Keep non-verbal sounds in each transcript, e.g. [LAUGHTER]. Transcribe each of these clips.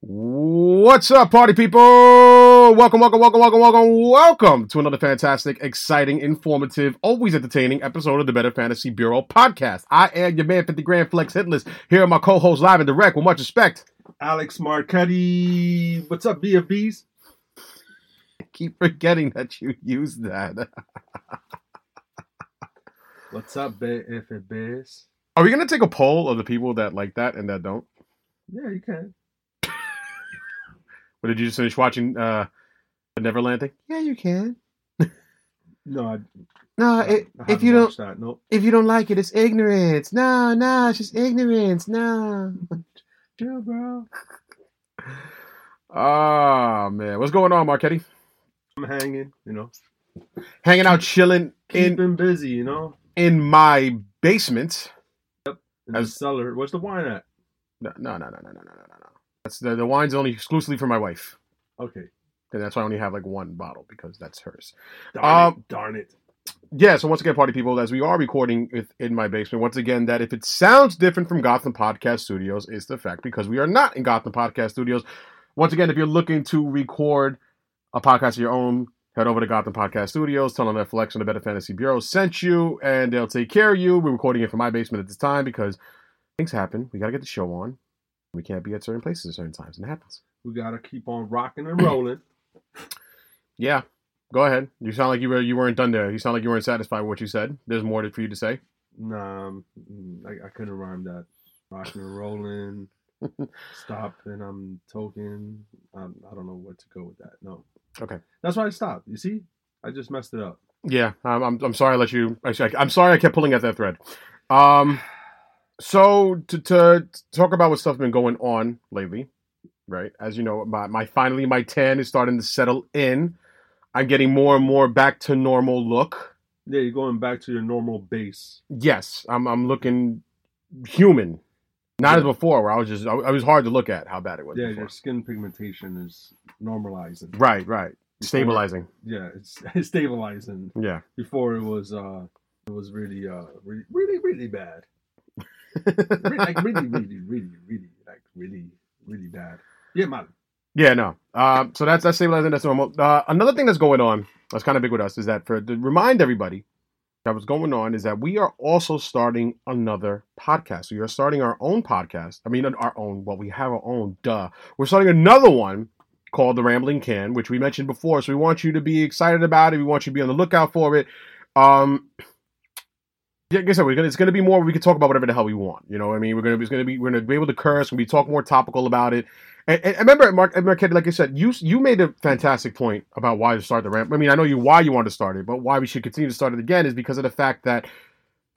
What's up, party people? Welcome, welcome, welcome, welcome, welcome, welcome to another fantastic, exciting, informative, always entertaining episode of the Better Fantasy Bureau podcast. I am your man, 50 Grand Flex Hitless, here are my co host live and direct with much respect. Alex Marchetti. What's up, BFBs? Keep [LAUGHS] forgetting that you use that. What's up, BFBs? Are we going to take a poll of the people that like that and that don't? Yeah, you can. Or did you just finish watching uh, the Neverland thing? Yeah, you can. No, I, No, I, I Uh, if you haven't don't, watched that. Nope. if you don't like it, it's ignorance. No, no, it's just ignorance. No. Chill, bro. Ah man, what's going on, Marquetti? I'm hanging. You know, Hanging out, chilling keeping in busy. You know, in my basement. in the As- cellar. Where's the wine at? No, no, no, no, no, no, no, no. no. That's the the wine's only exclusively for my wife, Okay. and that's why I only have like one bottle because that's hers. Darn Um, it. Darn it. Yeah, so once again, party people, as we are recording with, in my basement, once again, that if it sounds different from Gotham Podcast Studios, it's the fact because we are not in Gotham Podcast Studios. Once again, if you're looking to record a podcast of your own, head over to Gotham Podcast Studios, tell them that Flex and the Better Fantasy Bureau sent you, and they'll take care of you. We're recording it from my basement at this time because things happen. We got to get the show on. We can't be at certain places at certain times, and it happens. We gotta keep on rocking and [CLEARS THROAT] rolling. Yeah, go ahead. You sound like you were you weren't done there. You sound like you weren't satisfied with what you said. There's more to- for you to say. nah, I'm- mm, I, I couldn't rhyme that. Rocking [LAUGHS] and rolling. Stop and I'm token. Um, I don't know what to go with that. No. Okay. That's why I stopped. You see, I just messed it up. Yeah, I'm, I'm, I'm sorry I let you. Actually, I- I'm sorry I kept pulling at that thread. Um, so to, to talk about what stuff's been going on lately, right? As you know, my, my finally my tan is starting to settle in. I'm getting more and more back to normal look. Yeah, you're going back to your normal base. Yes, I'm I'm looking human, not as Yeah. before where I was just I, I was hard to look at how bad it was. Yeah, before. your skin pigmentation is normalizing. Right, right. Stabilizing. Yeah, it's, [LAUGHS] it's stabilizing. Yeah. Before it was uh it was really uh really really [LAUGHS] really bad. Re- like really really really really like really really bad. Yeah, man. Yeah, no. Um, so that's that's stabilizing. That's normal. Uh, another thing that's going on that's kind of big with us is that for to remind everybody that what's going on is that we are also starting another podcast. We are starting our own podcast. I mean, not our own. Well, we have our own. Duh. We're starting another one called the Rambling Can, which we mentioned before. So we want you to be excited about it. We want you to be on the lookout for it. Um, yeah, like I said, we're gonna, it's going to be more. We can talk about whatever the hell we want. You know, what I mean, we're going to it's going to be we're going to be able to curse. We talk more topical about it. And, and and remember, Mark, Marquette, like I said, you you made a fantastic point about why to start the ramp. I mean, I know you why you want to start it, but why we should continue to start it again is because of the fact that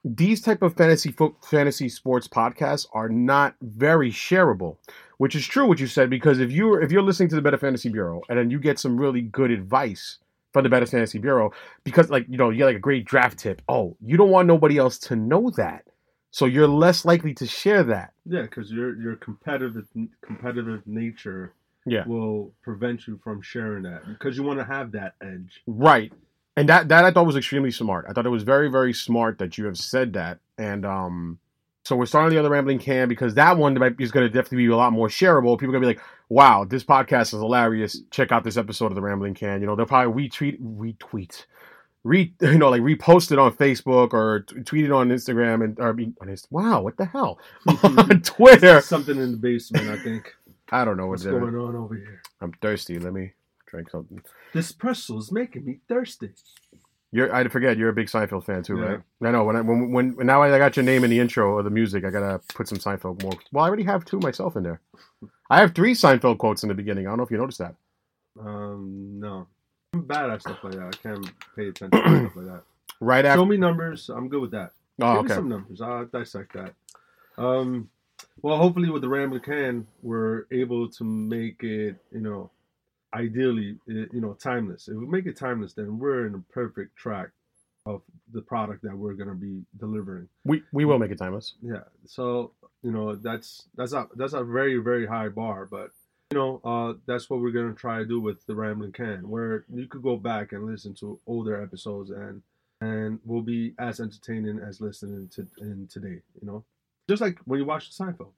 these type of fantasy fo- fantasy sports podcasts are not very shareable, which is true what you said because if you if you're listening to the Better Fantasy Bureau and then you get some really good advice from the Better Fantasy Bureau because like you know you get like a great draft tip. Oh, you don't want nobody else to know that, so you're less likely to share that. Yeah, because your your competitive competitive nature Yeah. will prevent you from sharing that because you want to have that edge. Right. And that that I thought was extremely smart. I thought it was very very smart that you have said that. And um so we're starting the other rambling can because that one might- is going to definitely be a lot more shareable. People are going to be like, "Wow, this podcast is hilarious. Check out this episode of the Rambling Can." You know, they'll probably retweet retweet re [LAUGHS] you know like repost it on Facebook or t- tweet it on Instagram and or I mean, on Inst- wow, what the [LAUGHS] hell? [LAUGHS] on Twitter. Something in the basement, I think. I don't know What's what's going going on over here? I'm thirsty. Let me drink something. This pretzel is making me thirsty. You're, I forget you're a big Seinfeld fan too, Yeah. right? I know. When I when when when now I got your name in the intro of the music, I gotta put some Seinfeld more. Well, I already have two myself in there. I have three Seinfeld quotes in the beginning. I don't know if you noticed that. Um, no. I'm bad at stuff like that. I can't pay attention to [CLEARS THROAT] stuff like that. Right after. Show me numbers. I'm good with that. Oh, Give me okay. some numbers. I'll dissect that. Um, well, hopefully with the Rambler Can, we're able to make it, you know, ideally, eh, you know, timeless. If we make it timeless, then we're in the perfect track of the product that we're going to be delivering. We we will make it timeless. Yeah. So you know that's that's a that's a very very high bar, but you know uh, that's what we're gonna try to do with the Rambling Can, where you could go back and listen to older episodes and and we'll be as entertaining as listening to in today. You know, just like when you watch Seinfeld.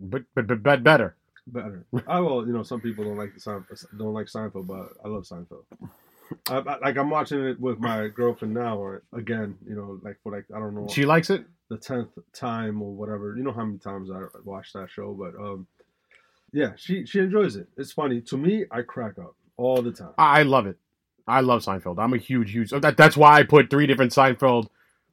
But but but, but better. better. I will. You know, some people don't like the Seinfeld, don't like Seinfeld, but I love Seinfeld. I, I, like I'm watching it with my girlfriend now, or again, you know, like for like I don't know She likes it. the tenth time or whatever. You know how many times I watched that show, but um, yeah, she she enjoys it. It's funny to me. I crack up all the time. I I love it. I love Seinfeld. I'm a huge, huge. That, that's why I put three different Seinfeld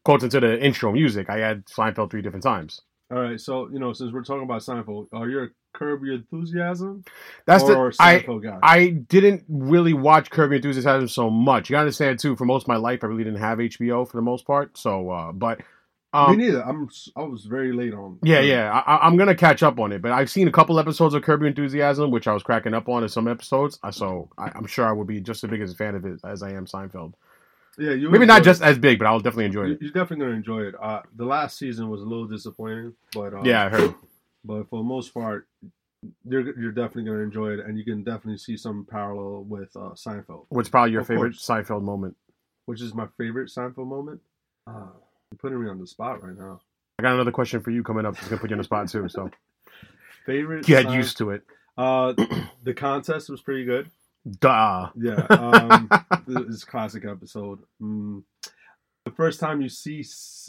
quotes into the intro music. I had Seinfeld three different times. All right, so you know, since we're talking about Seinfeld, are you a Curb Your Enthusiasm That's or the I. Seinfeld guy? I didn't really watch Curb Your Enthusiasm so much. You gotta understand too. For most of my life, I really didn't have HBO for the most part. So, uh, but Me um, neither. I'm s- I was very late on. yeah, Curb. yeah, I, I- I'm gonna catch up on it. But I've seen a couple episodes of Curb Your Enthusiasm, which I was cracking up on in some episodes. Uh, So I, I'm sure I would be just as big as a fan of it as I am Seinfeld. yeah. You Maybe not enjoy it. just as big, but I'll definitely enjoy You, it. you're definitely gonna enjoy it. Uh, the last season was a little disappointing, but uh, Yeah, I [LAUGHS] heard. But for the most part, you're you're definitely gonna enjoy it, and you can definitely see some parallel with uh, Seinfeld. What's probably your Of favorite course. Seinfeld moment? which is my favorite Seinfeld moment. Uh, you're putting me on the spot right now. I got another question for you coming up. It's gonna put you on the spot too. [LAUGHS] So Favorite. get Sein- used to it. Uh, the contest was pretty good. Duh. Yeah, um, this classic episode. Mm. The first time you see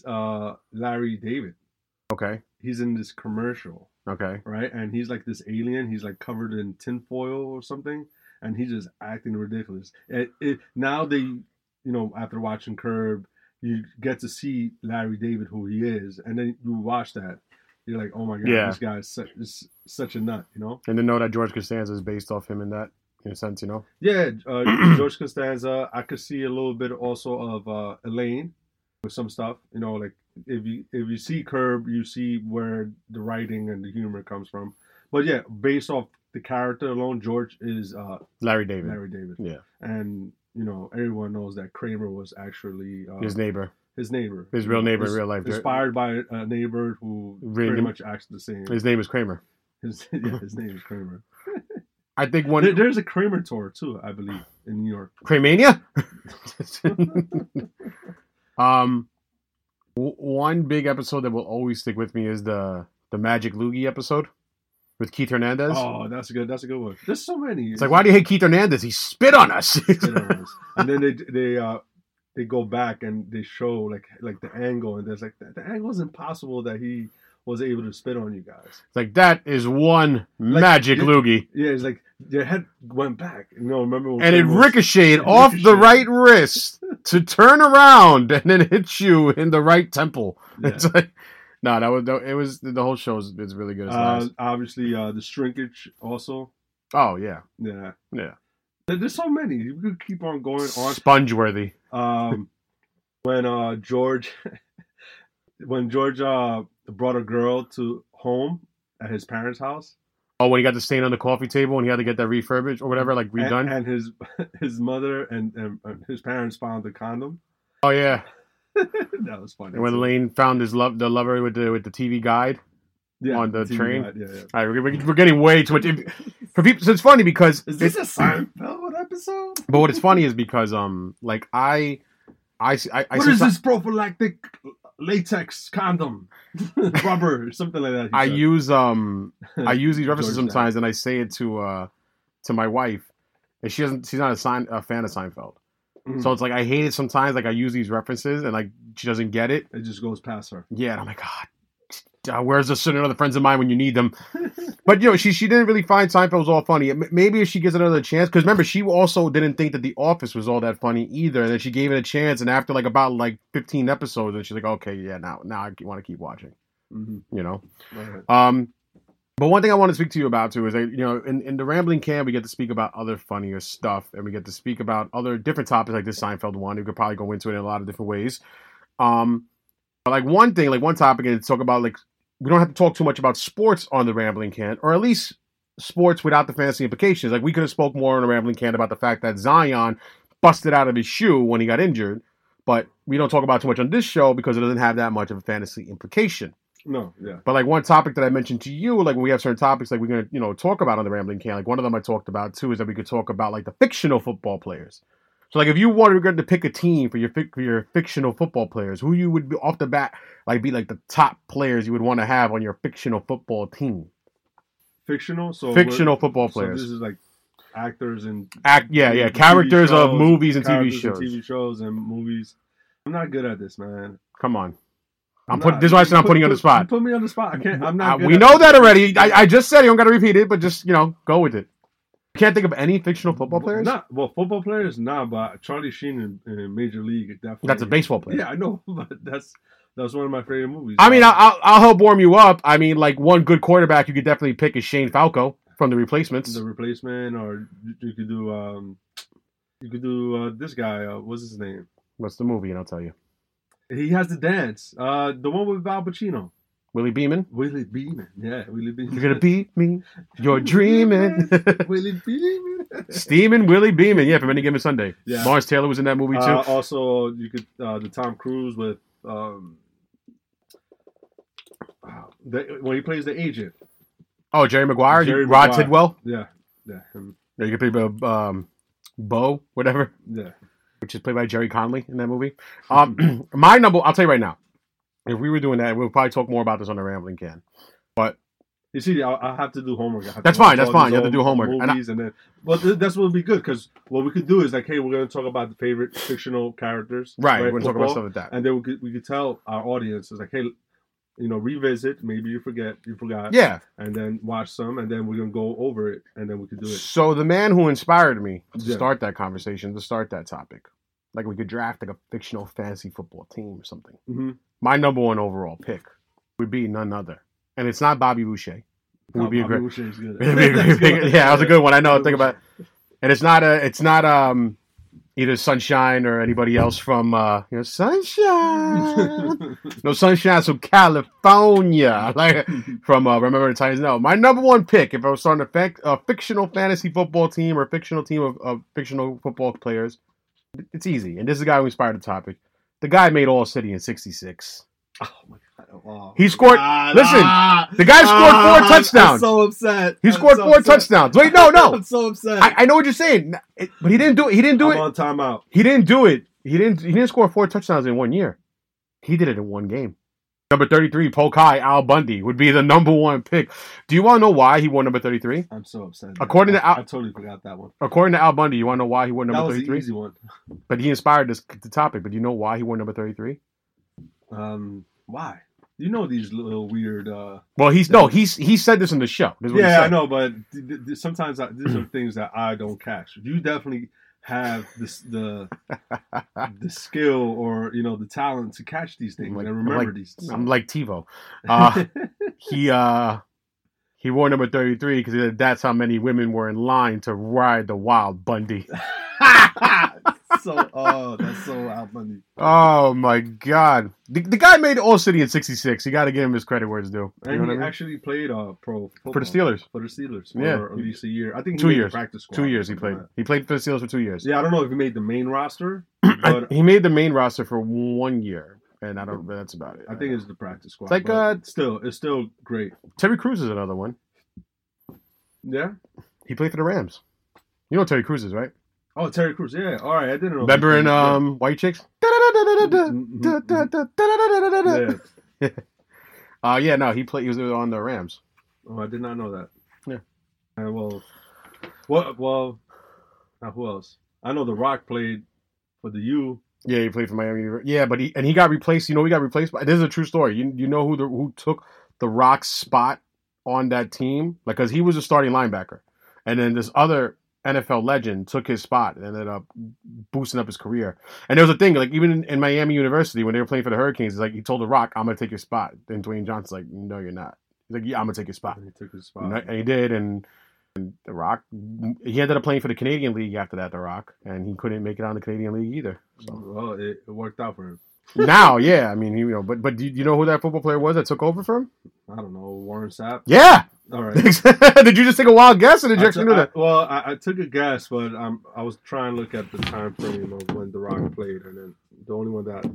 uh, Larry David, Okay. he's in this commercial, Okay. right? And he's like this alien. He's like covered in tinfoil or something, and he's just acting ridiculous. It, it, now they, you know, after watching Curb, you get to see Larry David who he is, and then you watch that, you're like, oh my god, Yeah. this guy is such, is such a nut, you know? And to know that George Costanza is based off him in that in a sense, you know. Yeah, [CLEARS THROAT] uh, George Costanza. I could see a little bit also of uh, Elaine with some stuff. You know, like if you if you see Curb, you see where the writing and the humor comes from. But yeah, based off the character alone, George is uh, Larry David, Larry David. Yeah. and you know everyone knows that Kramer was actually uh, his his, neighbor, neighbor, his real neighbor in Ins- real life. Inspired by a neighbor who Really- pretty much acts the same. His, His name is Kramer. yeah, his [LAUGHS] name is Kramer. I think There- one there's a Kramer tour too, I believe, in New York. [LAUGHS] Kramania. um, w- one big episode that will always stick with me is the the Magic Loogie episode with Keith Hernandez. Oh, that's a good. That's a good one. There's so many. It's like, why do you hate Keith Hernandez? He spit on us. [LAUGHS] [LAUGHS] Sit on this. and then they they uh they go back and they show like like the angle and there's like the, the angle is impossible that he was able to spit on you guys. It's like that is one magic you- loogie, Yeah, it's like your head went back. You know, remember when and it Kramer was- ricocheted it off the right ricocheted. wrist to turn around [LAUGHS] and then hit you in the right temple. Yeah. [LAUGHS] It's like, no, that was that- it was the whole show is it's really good. It's Uh, nice. obviously, uh, the shrinkage also. Oh yeah, Yeah, Yeah. There- There's so many. You could keep on going on. sponge worthy. um, when uh George [LAUGHS] when George uh brought a girl to home at his parents' house. Oh, when he got the stain on the coffee table and he had to get that refurbished or whatever, like redone. And, and his [LAUGHS] his mother and, and and his parents found the condom. [LAUGHS] oh yeah, that was funny. and when too. Lane found his love, the lover with the with the TV guide. yeah, on the TV train. guide, Yeah, yeah. All right, we're, we're getting way too much. [LAUGHS] If, for people, so it's funny because Is this it- a Seinfeld episode? But what is funny is because um, like I, I see, I, I What see is some- this prophylactic latex condom, [LAUGHS] rubber, something like that? he I said. use um I use these references [LAUGHS] George Knapp. sometimes, and I say it to uh to my wife, and she doesn't. She's not a, sign, a fan of Seinfeld, Mm. so it's like I hate it sometimes. Like I use these references, and like she doesn't get it. it just goes past her. Yeah, and I'm like, God, uh, where's the sooner the friends of mine when you need them? but you know, she she didn't really find Seinfeld was all funny. M- Maybe if she gives it another chance, because remember, she also didn't think that The Office was all that funny either. And then she gave it a chance, and after like about like 15 episodes, and she's like, okay, yeah, now now I want to keep watching. Mm-hmm. You know. Right. Um, but one thing I want to speak to you about too is that you know in, in the rambling can we get to speak about other funnier stuff and we get to speak about other different topics like this Seinfeld one. We could probably go into it in a lot of different ways. Um, but like one thing, like one topic, is talk about like we don't have to talk too much about sports on the rambling can, or at least sports without the fantasy implications. Like we could have spoke more on the rambling can about the fact that Zion busted out of his shoe when he got injured, but we don't talk about it too much on this show because it doesn't have that much of a fantasy implication. No, yeah. But like one topic that I mentioned to you, like when we have certain topics, like we're gonna you know talk about on the rambling can. Like one of them I talked about too is that we could talk about like the fictional football players. So like if you wanted to pick a team for your fic- for your fictional football players, who you would be off the bat like be like the top players you would want to have on your fictional football team. fictional. So we're- Fictional football Oh, So players. this is like actors and Act, yeah, yeah, TV characters of shows, movies and TV characters shows. and TV shows and movies. I'm not good at this, man. Come on, I'm not. putting. This is why I said I'm Put- putting you on the put- spot. Put me on the spot. I can't. I'm not. Uh, good we at know this. that already. I, I just said it. I'm gonna repeat it, but just you know, go with it. Can't think of any fictional football players. Not well, football players, nah. But Charlie Sheen in, in Major League, definitely. That's a baseball player. [LAUGHS] Yeah, I know, but that's that's one of my favorite movies. I mean, I- I'll, I'll help warm you up. I mean, like one good quarterback you could definitely pick is Shane Falco from the replacements. the replacement, or you- you could do um, you could do uh, this guy. Uh, what's his name? What's the movie? And I'll tell you. He has the dance. Uh, the one with Al Pacino. Willie [LAUGHS] Beeman. Willie Beeman. Yeah, Willie Beeman. You're gonna beat me. [LAUGHS] You're dreaming. [LAUGHS] Willie Beeman. Steaming Willie Beeman. Yeah, from any given Sunday. Yeah. Mars Taylor was in that movie too. Uh, also, you could uh, the Tom Cruise with um, uh, the, when he plays the agent. oh, Jerry Maguire. Jerry Rod Maguire. Tidwell. Yeah, yeah, him, Yeah, you could play um, Bo, whatever, yeah. which is played by Jerry Conley in that movie. Um, [CLEARS THROAT] my number. I'll tell you right now. If we were doing that, we'll probably talk more about this on the Rambling Can. You see, I'll, I'll have to do homework. I have That's to watch fine, that's all fine. these You have to old do homework. And I- Movies and, then, well, th- that's what would be good because what we could do is like, hey, we're gonna talk about the favorite fictional characters, Right. We're gonna talk about football, stuff like that. and then we could we could tell our audience is like, hey, you know, revisit. Maybe you forget, you forgot, Yeah. and then watch some, and then we're gonna go over it, and then we could do it. So the man who inspired me to Yeah. start that conversation, to start that topic, like we could draft like a fictional fantasy football team or something. hmm My number one overall pick would be none other, and it's not Bobby Boucher. Who would be a great? [LAUGHS] It'd be a great pick. Yeah, that was a [LAUGHS] good one. I know. Think about, it. and it's not a, it's not um, either Sunshine or anybody else from uh, you know [LAUGHS] Sunshine. [LAUGHS] No sunshine, so California. [LAUGHS] Like [LAUGHS] from uh, Remember the Titans. No, my number one pick, if I was starting a, fac- a fictional fantasy football team or fictional team of, of fictional football players, it's easy. And this is the guy who inspired the topic. The guy made All City in '66. Oh my god! Wow. He scored. Ah, listen, ah, The guy scored ah, four I'm- I'm touchdowns. so upset. He I'm scored so four upset. touchdowns. Wait, no, [LAUGHS] no. I'm so upset. I, I know what you're saying, It- but he didn't do it. He didn't do I'm it. on timeout. He didn't do it. He didn't. He didn't score four touchdowns in one year. He did it in one game. Number thirty-three, Polkai Al Bundy would be the [LAUGHS] number one pick. Do you want to know why he wore number thirty-three? I'm so upset. According I, to Al- I totally forgot that one. According to Al Bundy, you want to know why he wore That number was the thirty-three? easy one. But he inspired this the topic. But you know why he wore number thirty-three? Um, why? You know these little weird. Uh, Well, he's no, he's he said this in the show. This is what he yeah, I said. know, but th- th- th- sometimes I, these are things that I don't catch. You definitely have this [LAUGHS] the the skill or you know the talent to catch these things I'm like- and I'm remember these. I'm like TiVo. [LAUGHS] Uh, he uh he wore number thirty-three because that's how many women were in line to ride the wild Bundy. [LAUGHS] so, oh, that's so Al Bundy. Oh my god. The, the guy made All City in 66. You got to give him his credit where it's due. You know And what I he mean? actually played uh, pro football. For the Steelers. For the Steelers. Yeah. For at least a year. I think he Two made the years. Practice squad Two or years he something played. like that. He played for the Steelers for two years. Yeah, I don't know if he made the main [CLEARS THROAT] roster, but He made the main roster for one year, and I don't. That's about it. I think it's the practice squad. It's like, but uh, still, it's still great. Terry Crews is another one. Yeah. He played for the Rams. You know Terry Crews is right. Oh, Terry Crews. Yeah. All right, I didn't know. Remember in um White Chicks? Da-da-da-da-da-da, Yeah. da-da-da-da-da-da-da. Yeah. [LAUGHS] Uh, yeah, no, he played. He was on the Rams. Oh, I did not know that. Yeah. Uh, well, well, well. Now who else? I know The Rock played for the U. Yeah, he played for Miami. Univer- Yeah, but he and he got replaced. You know, he got replaced by. This is a true story. You you know who the who took the Rock's spot on that team? Like, cause he was a starting linebacker, and then this other NFL legend took his spot and ended up boosting up his career. And there was a thing like even in, in Miami University when they were playing for the Hurricanes, it's like he told the Rock, "I'm gonna take your spot." Then Dwayne Johnson's like, "No, you're not." He's like, "Yeah, I'm gonna take your spot," And he took his spot. and, I- and he did. And, and the Rock, he ended up playing for the Canadian League after that. The Rock, and he couldn't make it on the Canadian League either. So Well, it, it worked out for him. now, yeah, I mean, you know, but but do you know who that football player was that took over for him? I don't know Warren Sapp. Yeah. [LAUGHS] All right. did you just take a wild guess, or did you I actually know took- I- that? well, I, I took a guess, but um, I was trying to look at the time frame of when The Rock played, and then the only one that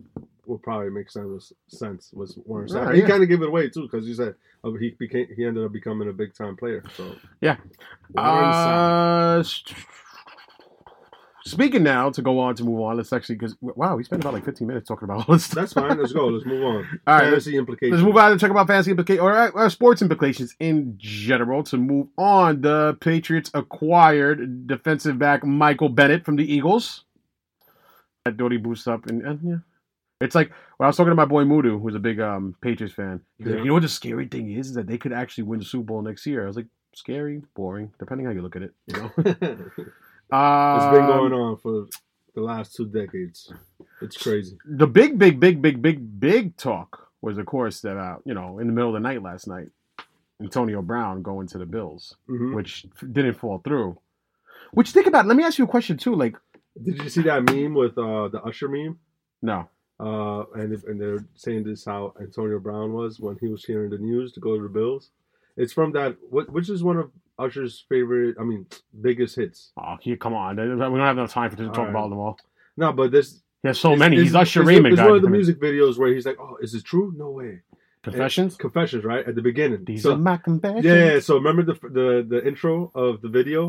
would probably make sense was, sense was Warren Sapp. Yeah, he yeah. kind of gave it away too, because you said uh, he became he ended up becoming a big time player. So Yeah. Warren Sapp. Uh, s- Speaking now to go on to move on, let's actually because wow, we spent about like 15 minutes talking about all this stuff. That's fine. Let's go. Let's move on. [LAUGHS] All right, Fantasy implications. Let's move on and talk about fantasy implications or, uh, or sports implications in general. To move on, the Patriots acquired defensive back Michael Bennett from the Eagles. That Doty boost up and, and yeah. It's like when I was talking to my boy Mudu, who's a big um, Patriots fan. He's like, Yeah. you know what the scary thing is, is that they could actually win the Super Bowl next year. I was like, scary, boring, depending how you look at it. You know, [LAUGHS] it's um, been going on for the last two decades. It's crazy. the big, big, big, big, big, big talk was, of course, that uh, you know, in the middle of the night last night, Antonio Brown going to the Bills, Mhm. which f- didn't fall through. Which think about. Let me ask you a question too. Like, Did you see that meme with uh, the Usher meme? no, Uh, and if- and they're saying this how Antonio Brown was when he was hearing the news to go to the Bills. It's from that what which is one of Usher's favorite, I mean, biggest hits. oh, here, come on, we don't have enough time for to talk All right. about them all. No, but this He has so it's- many. it's- He's Usher it's- Raymond. It's guy. one of the music videos where he's like, "Oh, is this true? No way." Confessions. Confessions, right at the beginning. These So- are my confessions. yeah, yeah, So remember the, the the intro of the video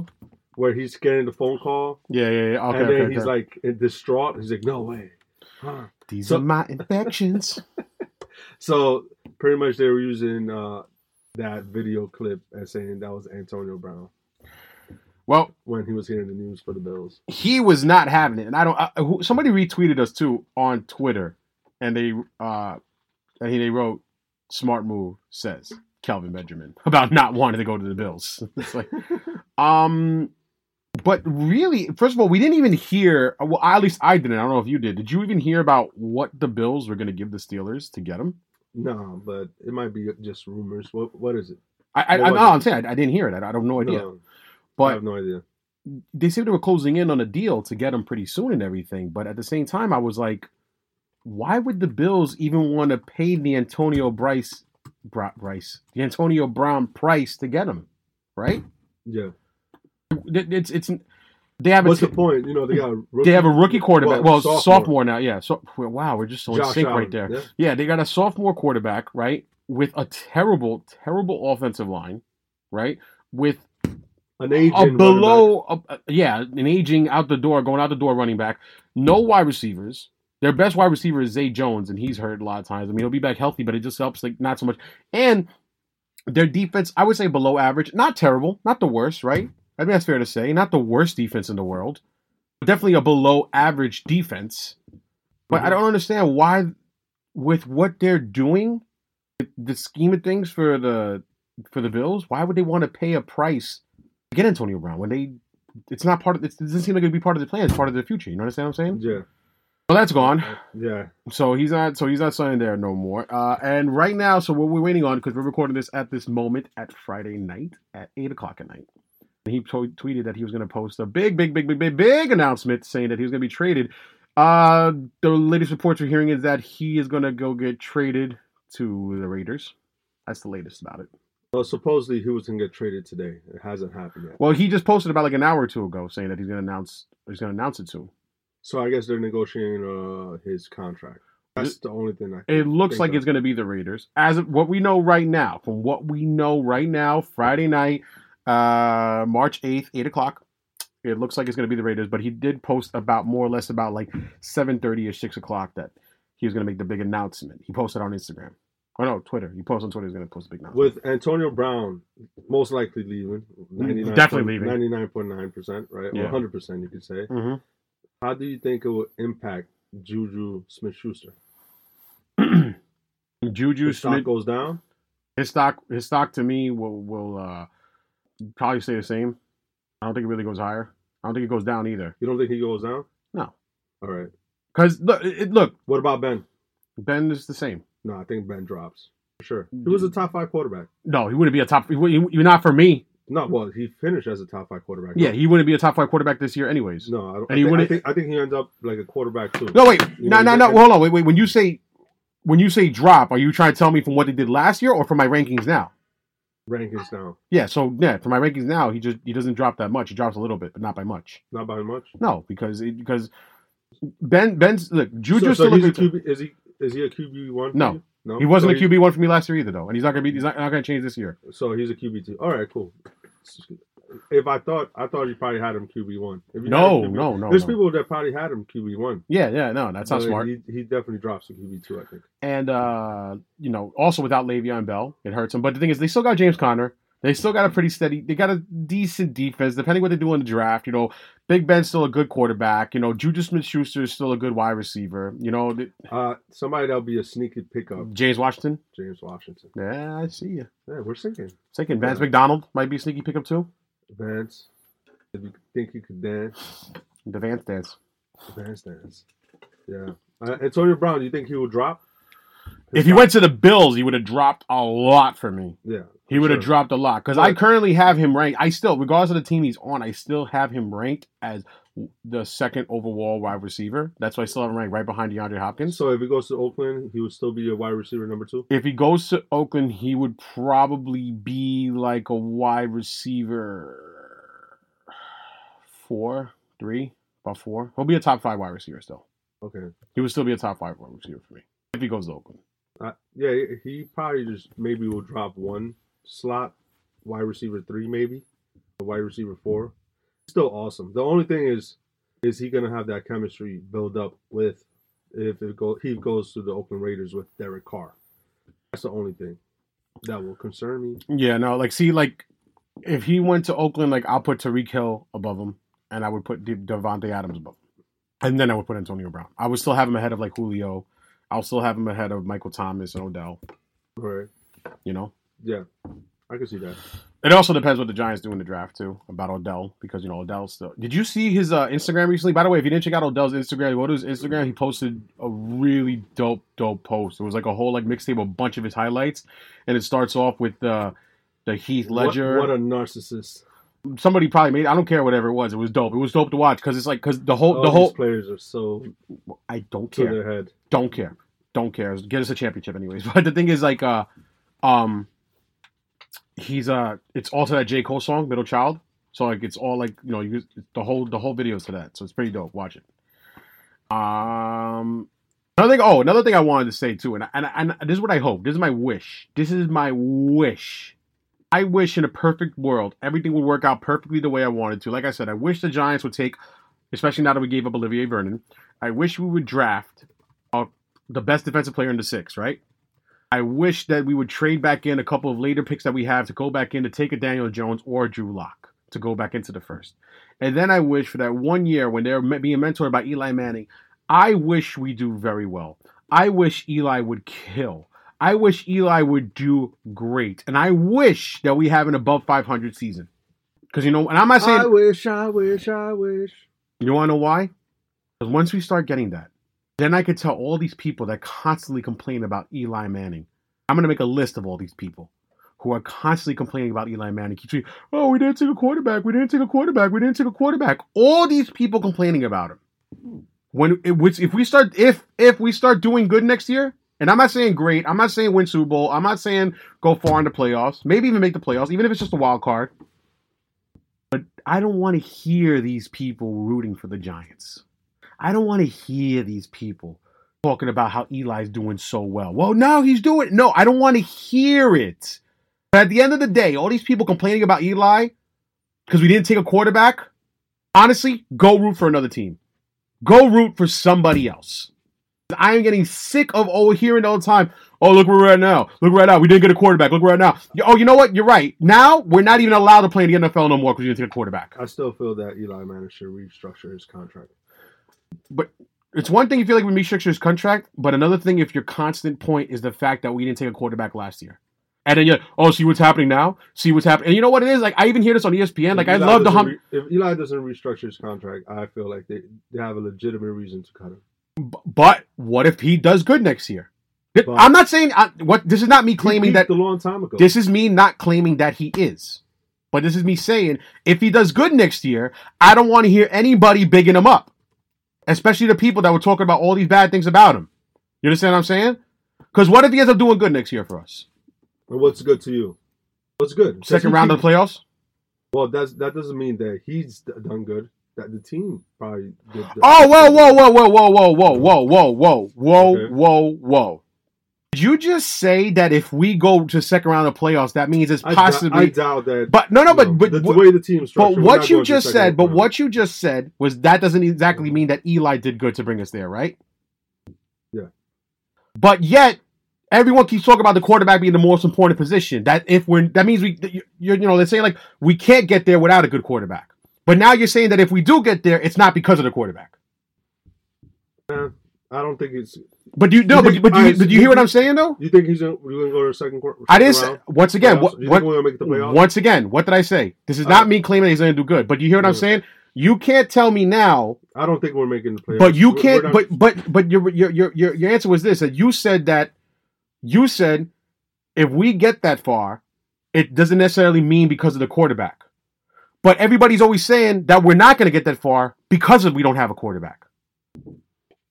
where he's getting the phone call yeah, yeah. yeah. Okay, and then okay, he's okay. like in distraught. He's like, "No way." Huh. These so- are my [LAUGHS] infections. So pretty much they were using uh, that video clip as saying that was Antonio Brown well, when he was hearing the news for the Bills. he was not having it, and I don't. I, who, somebody retweeted us too on Twitter, and they uh, and he, they wrote, "Smart move," says Calvin Benjamin [LAUGHS] about not wanting to go to the Bills. [LAUGHS] It's like, um, but really, first of all, we didn't even hear. Well, at least I didn't. I don't know if you did. Did you even hear about what the Bills were going to give the Steelers to get him? No, but it might be just rumors. What what is it? I, I, What I, was no, it? I'm saying I, I didn't hear it. I, I have no idea. No, I but have no idea. they said they were closing in on a deal to get him pretty soon and everything. But at the same time, I was like, why would the Bills even want to pay the Antonio Bryce, Bri- Bryce, the Antonio Brown price to get him? Right? Yeah. It- It's it's they have What's a the point? You know, they got a rookie, they have a rookie quarterback. Well, sophomore, now, yeah. So wow, we're just so in Josh sync Allen, right there. yeah. Yeah, they got a sophomore quarterback, right, with a terrible, terrible offensive line, right, with An agent a running below, a, a- yeah, an aging out the door, going out the door running back. No wide receivers. Their best wide receiver is Zay Jones, and he's hurt a lot of times. I mean, he'll be back healthy, but it just helps like not so much. And their defense, I would say, below average. Not terrible, not the worst, right? I think that's fair to say. Not the worst defense in the world, but definitely a below average defense. But I Mhm. don't understand why, with what they're doing, the- the scheme of things for the for the Bills, why would they want to pay a price to get Antonio Brown when they? It's not part of. It doesn't seem like it'd be part of the plan. It's part of their future. You know what I'm saying? back. Yeah. Well, that's gone. Yeah. So he's not. So he's not signing there no more. Uh, and right now, so what we're waiting on because we're recording this at this moment at Friday night at eight o'clock at night. And he to- tweeted that he was going to post a big, big, big, big, big, big announcement saying that he was going to be traded. Uh, the latest reports we're hearing is that he is going to go get traded to the Raiders. That's the latest about it. Well, supposedly he was gonna get traded today. It hasn't happened yet. Well, he just posted about like an hour or two ago saying that he's going to announce. He's going to announce it soon. So I guess they're negotiating uh, his contract. That's the only thing I. Can It looks think like of. it's going to be the Raiders. As of what we know right now, from what we know right now, Friday night, uh, March eighth, eight o'clock. It looks like it's going to be the Raiders, but he did post about more or less about like seven thirty or six o'clock that he was going to make the big announcement. He posted on Instagram. Oh no, Twitter. He posted on Twitter. He's going to post a big announcement. with Antonio Brown most likely leaving. 99 Definitely leaving. Ninety nine point nine percent, right? Yeah. One hundred percent, you could say. Mhm. How do you think it will impact Juju Smith Schuster? [CLEARS THROAT] Juju His stock Smith. goes down. His stock. His stock to me will will uh, probably stay the same. I don't think it really goes higher. I don't think it goes down either. You don't think he goes down? No. All right. Because look, it, look, What about Ben? Ben is the same. No, I think Ben drops for sure. He was a Mm-hmm. top five quarterback. No, he wouldn't be a top. He, wou- he, not for me. No, well, he finished as a top five quarterback. Yeah, he wouldn't be a top five quarterback this year, anyways. No, I don't. And he I, think, I wouldn't- think I think he ends up like a quarterback too. No, wait, You no, know, no, he- no. Hold on, wait, wait. When you say when you say drop, are you trying to tell me from what they did last year or from my rankings now? Rankings down, Yeah, so yeah, from my rankings now, he just he doesn't drop that much. He drops a little bit, but not by much. not by much. No, because it, because Ben Ben's look Juju so, still so a he's a good. QB, is he is he a QB one? No. no, He wasn't So a QB one for me last year either, though, and he's not gonna be he's not, not gonna change this year. So he's a QB two. All right, cool. if I thought I thought you probably had him QB one. No, no, no, There's no. people that probably had him QB one. Yeah, yeah, no, that's not But smart. He, he definitely drops to QB two. I think. And uh, you know, also without Le'Veon Bell, it hurts them. But the thing is, they still got James Conner. They still got a pretty steady. They got a decent defense, depending what they do in the draft. You know, Big Ben's still a good quarterback. You know, Juju Smith-Schuster is still a good wide receiver. You know, th- Uh, somebody that'll be a sneaky pickup, James Washington. James Washington. Yeah, I see you. Yeah, we're thinking Thinking Vance Yeah. McDonald might be a sneaky pickup too. Vance. If you think you could dance, The Vance dance. Vance dance. Yeah, uh, Antonio Brown. Do you think he will drop? If he went to the Bills, he would have dropped a lot for me. yeah, He would have Sure. dropped a lot because I currently have him ranked. I still, regardless of the team he's on, I still have him ranked as the second overall wide receiver. That's why I still have him ranked right behind DeAndre Hopkins. so if he goes to Oakland, he would still be a wide receiver number two. If he goes to Oakland, he would probably be like a wide receiver four, three, about four. He'll be a top five wide receiver still. Okay. He would still be a top five wide receiver for me if he goes to Oakland. Uh, yeah, he probably just maybe will drop one slot, wide receiver three maybe, or wide receiver four. Still awesome. The only thing is, is he gonna have that chemistry build up with if it go he goes to the Oakland Raiders with Derek Carr. That's the only thing that will concern me. Yeah, no, like see, like if he went to Oakland, like I'll put Tariq Hill above him, and I would put De- Devontae Adams above him, and then I would put Antonio Brown. I would still have him ahead of like Julio. I'll still have him ahead of Michael Thomas and Odell. Right? You know, Yeah, I can see that. it also depends what the Giants do in the draft too about Odell because you know Odell still. Did you see his uh, Instagram recently? By the way, if you didn't check out Odell's Instagram, go to his Instagram. He posted a really dope, dope post. It was like a whole like mixtape, a bunch of his highlights, and it starts off with uh, the Heath What- Ledger. What, a narcissist! somebody probably made. I don't care whatever it was. It was dope. It was dope to watch because it's like because the whole All the these whole. players are so I don't to care. their head. Don't care. Don't care. Get us a championship anyways. [LAUGHS] But the thing is like uh, um, he's uh, it's all to that J Cole song, Middle Child. So like it's all like you know you the whole the whole videos to that. So it's pretty dope. Watch it. Um. Another thing, oh, another thing I wanted to say too, and, and and this is what I hope. This is my wish. This is my wish I wish in a perfect world everything would work out perfectly the way I wanted to. Like I said, I wish the Giants would take, especially now that we gave up Olivier Vernon, I wish we would draft uh, the best defensive player in the six, right? I wish that we would trade back in a couple of later picks that we have to go back in to take a Daniel Jones or a Drew Lock to go back into the first. And then I wish for that one year when they're me- being mentored by Eli Manning, I wish we do very well. I wish Eli would kill. I wish Eli would do great. And I wish that we have an above 500 season. Because, you know, and I'm not saying. I wish, I wish, I wish. You want to know why? Because once we start getting that, then I could tell all these people that constantly complain about Eli Manning. I'm going to make a list of all these people who are constantly complaining about Eli Manning. Keep saying, oh, we didn't take a quarterback. We didn't take a quarterback. We didn't take a quarterback. All these people complaining about him. When it, which if we start if if we start doing good next year, and I'm not saying great, I'm not saying win Super Bowl, I'm not saying go far in the playoffs, maybe even make the playoffs, even if it's just a wild card. I don't want to hear these people rooting for the Giants. I don't want to hear these people talking about how Eli's doing so well. Well, now he's doing no, I don't want to hear it. But at the end of the day, all these people complaining about Eli because we didn't take a quarterback, honestly, go root for another team. Go root for somebody else. I am getting sick of all hearing all the time. Oh, look where we're at now. Look right now. We didn't get a quarterback. Look right now. Oh, you know what? You're right. Now we're not even allowed to play in the NFL no more because you didn't take a quarterback. I still feel that Eli Manning should restructure his contract. It's one thing if you like with Mishuk's contract, but another thing if your constant point is the fact that we didn't take a quarterback last year. And then you're like, oh, see what's happening now? See what's happening. And you know what it is? Like, I even hear this on E ESPN. Like, If I Eli love the doesn't hump. re- if Eli doesn't restructure his contract, I feel like they, they have a legitimate reason to cut him. but what if he does good next year? Th- But- I'm not saying I, what. This is not me claiming that. a long time ago. This is me not claiming that he is. But this is me saying if he does good next year, I don't want to hear anybody bigging him up. Especially the people that were talking about all these bad things about him. You understand what I'm saying? Because what if he ends up doing good next year for us? And what's good to you? What's good? 'Cause Second he round of keep- the playoffs? Well, that's that doesn't mean that he's d- done good. That the team probably. Did, Oh, whoa, whoa, whoa, whoa, whoa, whoa, whoa, whoa, whoa, whoa, whoa, Okay. whoa, whoa. Did you just say that if we go to second round of playoffs, that means it's I, possibly? I doubt that. but no, no, you know, but but the, the what- way the team structured, but we're what not you going to just second said, but round. what you just said was that doesn't exactly mean that Eli did good to bring us there, right? Yeah. But yet, everyone keeps talking about the quarterback being the most important position. That if we're that means we you- you're you know they're saying like we can't get there without a good quarterback. But now you're saying that if we do get there, it's not because of the quarterback. I don't think it's. But do you no? You But, think- but do all you, right, but do you you- hear what I'm saying though? You think he's going to go to second quarter? I didn't. Say, once again, what, you what think we're going to make the playoffs? Once again, what did I say? This is not Uh, me claiming he's going to do good, but you hear what I'm yeah. saying? You can't tell me now, I don't think we're making the playoffs. but you We're- can't. we're not- But but but your your your your your answer was this: that you said that you said if we get that far, it doesn't necessarily mean because of the quarterback. But everybody's always saying that we're not going to get that far because of we don't have a quarterback.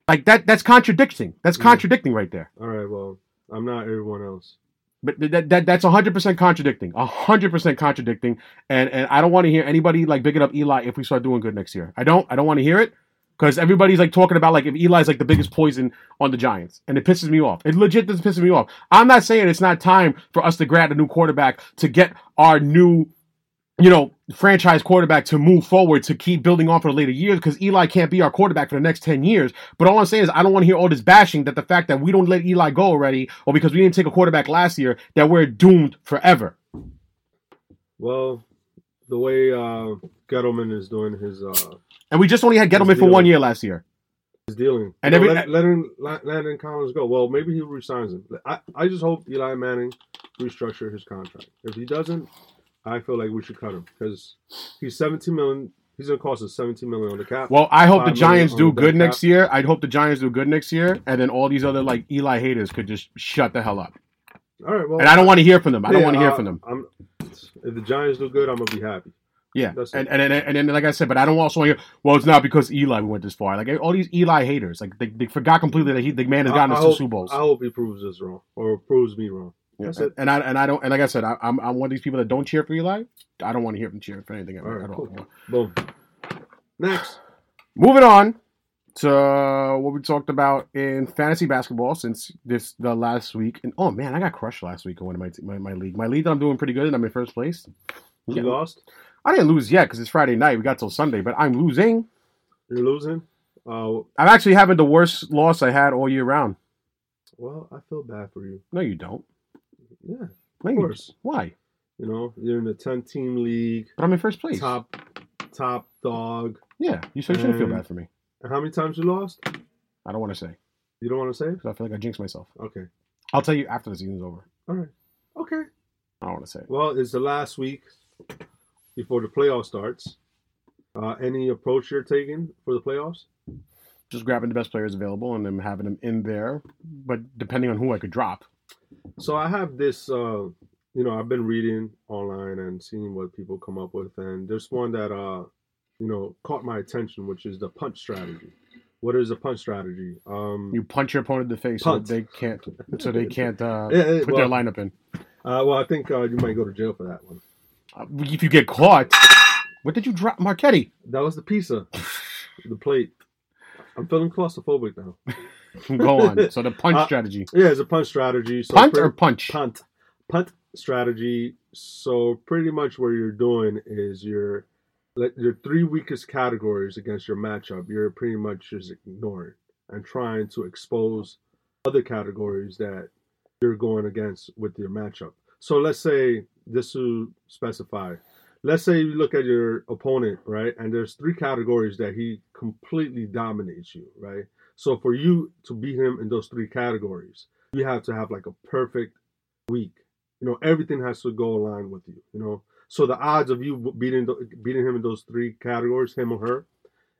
Like that. That's contradicting. That's Yeah. contradicting right there. all right, well, I'm not everyone else. But th- that, that that's hundred percent contradicting. hundred percent contradicting. And and I don't want to hear anybody like bigging up Eli if we start doing good next year. I don't I don't want to hear it because everybody's like talking about like if Eli's like the biggest poison on the Giants, and it pisses me off. It legit is pissing me off. I'm not saying it's not time for us to grab a new quarterback to get our new. You know, franchise quarterback to move forward to keep building on for the later years because Eli can't be our quarterback for the next 10 years. But all I'm saying is I don't want to hear all this bashing that the fact that we don't let Eli go already, or because we didn't take a quarterback last year, that we're doomed forever. Well, the way uh, Gettleman is doing his uh, And we just only had Gettleman Let's for deal one with year last year. his dealing, And You know, every- let, letting let- Landon Collins go. Well, maybe he resigns him. I, I just hope Eli Manning restructure his contract. If he doesn't, I feel like we should cut him because he's 17 million. He's going to cost us 17 million on the cap. Well, I hope the Five million Giants on do the good back next year. I'd hope the Giants do good next year, and then all these other like Eli haters could just shut the hell up. all right. Well, And I don't want to hear from them. I don't yeah, want to hear uh, from them. I'm, if the Giants do good, I'm gonna be happy. Yeah. that's And, and and and then like I said, but I don't also want to hear. Well, it's not because Eli we went this far. Like all these Eli haters, like they, they forgot completely that he the man has gotten I, I us hope, two Super Bowls. I hope he proves us wrong or proves me wrong. Yeah, That's and- it. And I and I don't and like I said, I, I'm I'm one of these people that don't cheer for Eli. I don't want to hear them cheer for anything. All right, at all. cool. Boom. Next, Moving on to uh, what we talked about in fantasy basketball since this the last week. And oh man, I got crushed last week in one of my te- my, my league. My league that I'm doing pretty good and I'm in first place. you Yeah. lost. I didn't lose yet because it's Friday night. We got till Sunday, but I'm losing. You're losing. Uh, I'm actually having the worst loss I had all year round. well, I feel bad for you. No, you don't. Yeah, of No, you- course. Why? You know, you're in the 10 team league, But I'm in first place. top, top dog. Yeah, you so you shouldn't feel Um, bad for me. And how many times you lost? I don't want to say You don't want to say? 'cause I feel like I jinxed myself. Okay. I'll tell you after the season's over. All right. Okay. I don't want to say. it. Well, it's the last week before the playoff starts. Uh, any approach you're taking for the playoffs? just grabbing the best players available and then having them in there, but depending on who I could drop. So I have this, uh, you know, I've been reading online and seeing what people come up with, and there's one that, uh, you know, caught my attention, which is the punch strategy. What is a punch strategy? Um, You punch your opponent in the face Punt. so that they can't so [LAUGHS] they can't uh, Yeah, yeah, put well, their lineup in. uh, well, I think uh, you might go to jail for that one. Uh, if you get caught, what did you drop, Marchetti? [LAUGHS] That was the pizza, the plate. I'm feeling claustrophobic now. Go on. So the punch Uh, strategy, Yeah, it's a punt strategy. So punt pre- or punch? [LAUGHS] punt, punt strategy. So pretty much what you're doing is you're like your three weakest categories against your matchup. You're pretty much just ignoring and trying to expose other categories that you're going against with your matchup. So let's say this to specify. Let's say you look at your opponent, right? And there's three categories that he completely dominates you, right? So for you to beat him in those three categories, you have to have like a perfect week. You know, everything has to go aligned with you, you know? So the odds of you beating the, beating him in those three categories, him or her,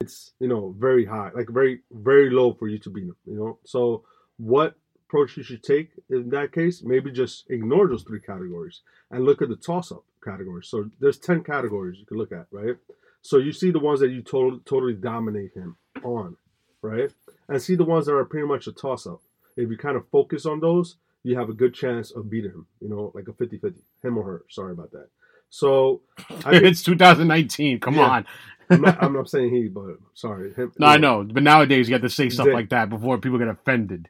it's, you know, very high, like very very low for you to beat him, you know? So what approach you should take in that case, maybe just ignore those three categories and look at the toss-up categories. So there's 10 categories you can look at, right? So you see the ones that you total, totally dominate him on, right? And see the ones that are pretty much a toss-up. If you kind of focus on those, you have a good chance of beating him, you know, like a 50-50, him or her. Sorry about that. So I think, it's 2019. Come Yeah. on. I'm, not, I'm not saying he, but sorry. Him, [LAUGHS] No, you I know, but nowadays you got to say stuff Dick. like that before people get offended.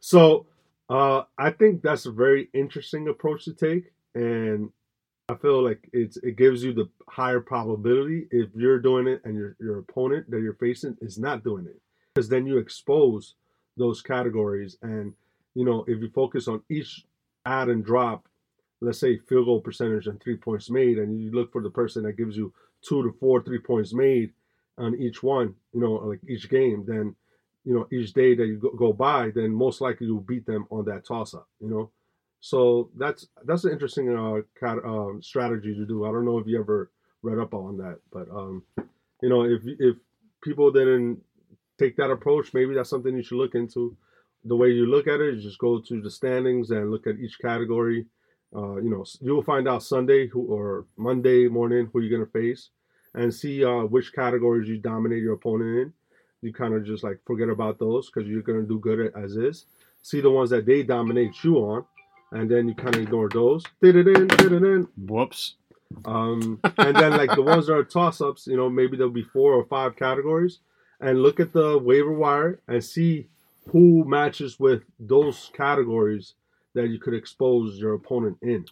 So Uh, I think that's a very interesting approach to take, and I feel like it's it gives you the higher probability if you're doing it and your your opponent that you're facing is not doing it, because then you expose those categories, and you know if you focus on each add and drop, let's say field goal percentage and three points made, and you look for the person that gives you two to four three points made on each one, you know, like each game, then you know each day that you go, go by then most likely you'll beat them on that toss up you know so that's that's an interesting uh, cat, um, strategy to do i don't know if you ever read up on that but um you know if if people didn't take that approach maybe that's something you should look into the way you look at it is just go to the standings and look at each category uh, you know s- you'll find out sunday who, or monday morning who you're going to face and see uh, which categories you dominate your opponent in you kind of just like forget about those because you're gonna do good at- as is. See the ones that they dominate you on, and then you kind of ignore those. Did-a-din, did-a-din. Whoops. Um, and then like the ones that are toss ups, you know, maybe there'll be four or five categories, and look at the waiver wire and see who matches with those categories that you could expose your opponent in,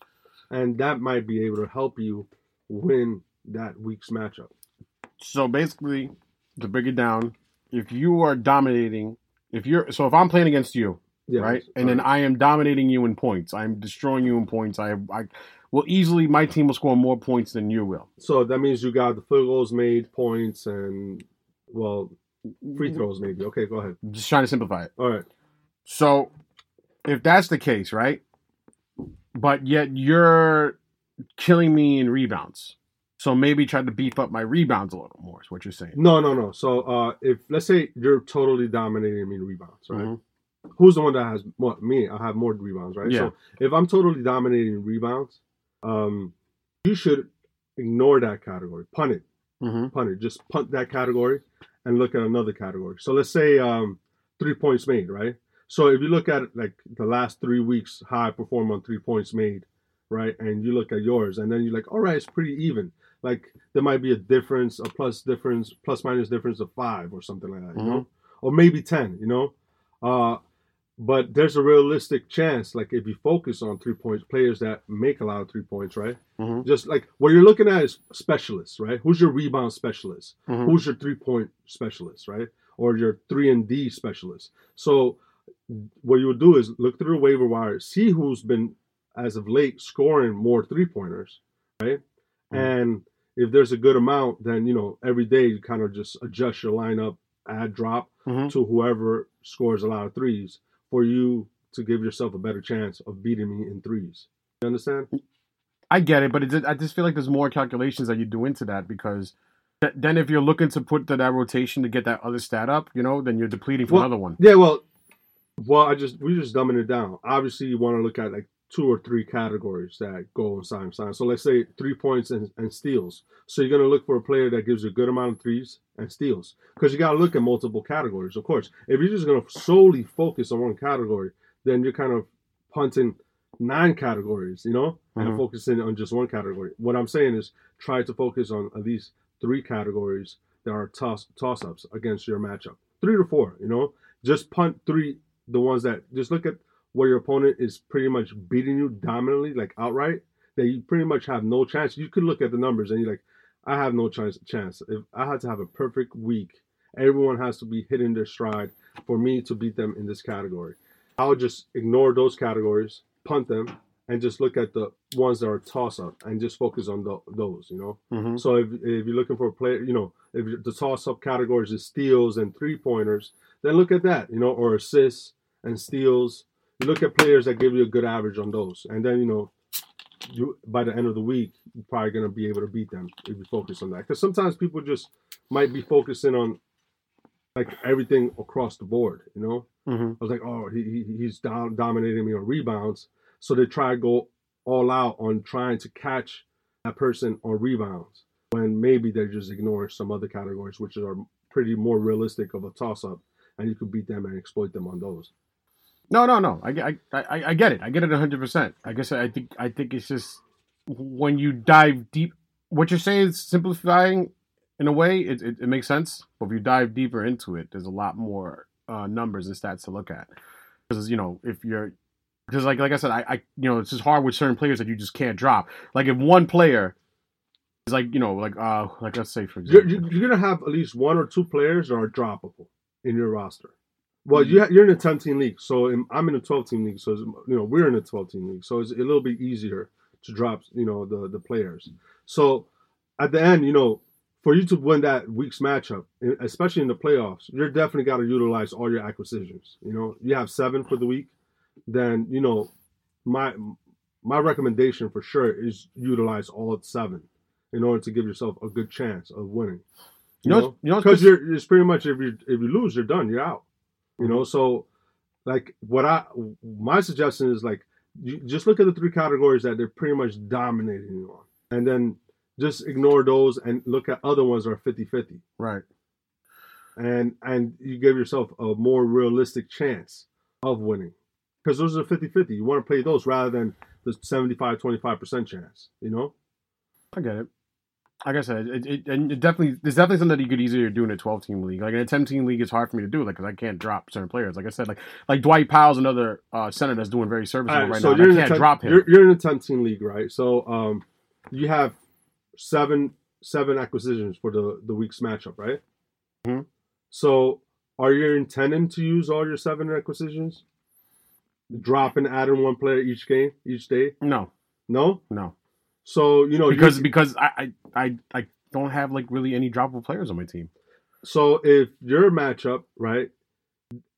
and that might be able to help you win that week's matchup. So basically, to break it down, if you are dominating, if you're so if I'm playing against you, Yeah, right, and then I am dominating you in points, I am destroying you in points. I I will easily my team will score more points than you will. So that means you got the field goals made, points, and well, Mm-hmm. free throws maybe. Okay, go ahead. I'm just trying to simplify it. All right. So, if that's the case, right? But yet you're killing me in rebounds. So maybe try to beef up my rebounds a little more. Is what you're saying? No, no, no. So uh, if let's say you're totally dominating me in rebounds, right? Mhm. Who's the one that has more? Me, I have more rebounds, right? Yeah. So if I'm totally dominating in rebounds, um, you should ignore that category, punt it, Mhm. punt it, just punt that category, and look at another category. So let's say um, three points made, right? So if you look at like the last three weeks, how I perform on three points made, right? And you look at yours, and then you're like, all right, it's pretty even. Like there might be a difference, a plus difference, plus minus difference of five or something like that, you know, or maybe ten, you know. Uh, but there's a realistic chance, like if you focus on three points, players that make a lot of three points, right? Mhm. Just like what you're looking at is specialists, right? Who's your rebound specialist? Mhm. Who's your three point specialist, right? Or your three and D specialist. So what you would do is look through the waiver wire, see who's been as of late scoring more three pointers, right? Mhm. And if there's a good amount, then you know every day you kind of just adjust your lineup, add drop Mhm. to whoever scores a lot of threes for you to give yourself a better chance of beating me in threes. You understand? I get it, but it, ju- I just feel like there's more calculations that you do into that because th- then if you're looking to put to that rotation to get that other stat up, you know, then you're depleting from Well- another one. Yeah, well, well, I just we're just dumbing it down. Obviously, you want to look at like two or three categories that go and sign sign. So let's say three points and, and steals. So you're gonna look for a player that gives you a good amount of threes and steals because you gotta look at multiple categories. Of course, if you're just gonna solely focus on one category, then you're kind of punting nine categories, you know, Mhm. and focusing on just one category. What I'm saying is try to focus on at least three categories that are toss toss ups against your matchup. Three to four, you know, just punt three the ones that just look at where your opponent is pretty much beating you dominantly, like outright, that you pretty much have no chance. You could look at the numbers and you're like, I have no chance. Chance. If I had to have a perfect week, everyone has to be hitting their stride for me to beat them in this category. I would just ignore those categories, punt them, and just look at the ones that are toss up and just focus on tho- those. You know. Mhm. So if, if you're looking for a player, you know, if the toss up categories is steals and three pointers, then look at that, you know, or assists and steals. You look at players that give you a good average on those, and then you know, you by the end of the week, you're probably gonna be able to beat them if you focus on that. Because sometimes people just might be focusing on like everything across the board, you know. Mhm. I was like, oh, he, he he's down dominating me on rebounds. So they try to go all out on trying to catch that person on rebounds when maybe they're just ignoring some other categories, which are pretty more realistic of a toss up, and you could beat them and exploit them on those. No, no, no. I, I, I, I get it. I get it 100. percent I guess I think I think it's just when you dive deep. What you're saying is simplifying in a way. It, it, it makes sense. But if you dive deeper into it, there's a lot more uh, numbers and stats to look at. Because you know, if you're because like like I said, I, I you know it's just hard with certain players that you just can't drop. Like if one player is like you know like uh like let's say for You're, example, you- you're gonna have at least one or two players that are droppable in your roster. Well, you ha- you're in a 10 team league, so in, I'm in a 12 team league. So it's, you know we're in a 12 team league, so it's a little bit easier to drop you know the the players. So at the end, you know, for you to win that week's matchup, e- especially in the playoffs, you're definitely got to utilize all your acquisitions. You know, you have seven for the week, then you know my my recommendation for sure is utilize all seven in order to give yourself a good chance of winning. you know you know what's- because you're it's pretty much if you if you lose, you're done, you're out. You know, so like what I my suggestion is like you just look at the three categories that they're pretty much dominating you on, and then just ignore those and look at other ones that are 50-50 right and and you give yourself a more realistic chance of winning because those are 50-50 you want to play those rather than the 75-25% chance you know I get it. Like I said, it, it, and it definitely there's definitely something that you could easier do in a 12 team league. Like in a 10 team league, it's hard for me to do, like because I can't drop certain players. Like I said, like like Dwight Powell's another uh, center that's doing very serviceable All right, right so now. you're and in I the can't 10 drop him. You're, you're in a 10 team league, right? So um, you have seven seven acquisitions for the the week's matchup, right? Mhm. So are you intending to use all your seven acquisitions? Drop and add in one player each game, each day? No, No. no, So you know you- because because I I, I I don't have like really any droppable players on my team. So if your matchup right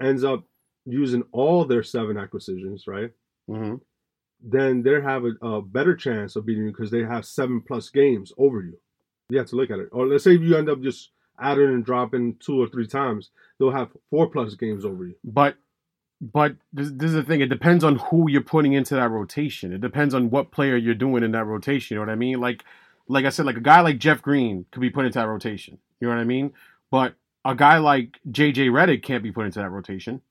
ends up using all their seven acquisitions, right? Mm-hmm. then they have a, a better chance of beating you because they have seven plus games over you. You have to look at it. Or let's say you end up just adding and dropping two or three times, they'll have four plus games over you. But but this, this is the thing. It depends on who you're putting into that rotation. It depends on what player you're doing in that rotation. You know what I mean? Like like I said, like a guy like Jeff Green could be put into that rotation. You know what I mean? But a guy like JJ Reddick can't be put into that rotation.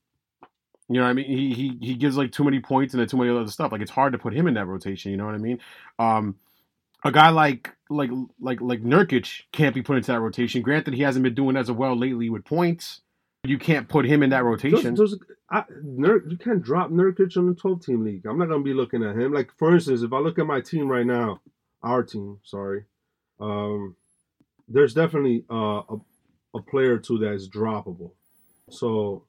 You know what I mean? He he he gives like too many points and then too many other stuff. Like it's hard to put him in that rotation. You know what I mean? Um, a guy like like like like Nurkic can't be put into that rotation. Granted, he hasn't been doing as well lately with points. You can't put him in that Just, rotation. just, I, Nur- you can't drop Nurkic on the 12 team league. I'm not going to be looking at him. Like, for instance, if I look at my team right now, our team, sorry, um, there's definitely uh, a, a player or two that is droppable. So,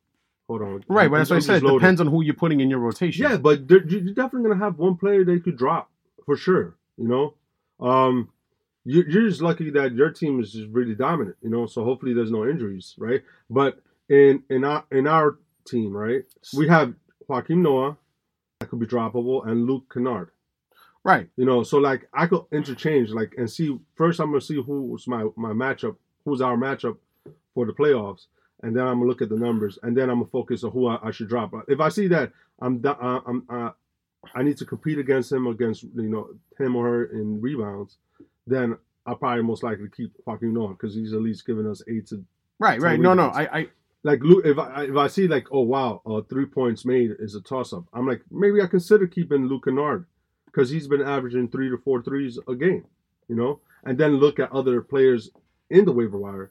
hold on. Right, but I'm- that's what I I'm just said. It loading. depends on who you're putting in your rotation. Yeah, but there, you- you're definitely gonna have one player they could drop for sure. You know, um, you, you're just lucky that your team is just really dominant. You know, so hopefully there's no injuries, right? But in in our in our team, right, we have Joaquim Noah that could be droppable and Luke Kennard. Right. You know, so like I could interchange like and see first I'm gonna see who's my my matchup, who's our matchup for the playoffs, and then I'm gonna look at the numbers, and then I'm gonna focus on who I, I should drop. If I see that I'm do- uh, I'm uh, I need to compete against him against you know him or her in rebounds, then I'll probably most likely keep Joaquin Noah because he's at least giving us eight to Right, So right. we No, no. just- I, I like Lu- if I if I see like oh wow uh, three points made is a toss up I'm like maybe I consider keeping Luke Kennard because he's been averaging three to four threes a game you know and then look at other players in the waiver wire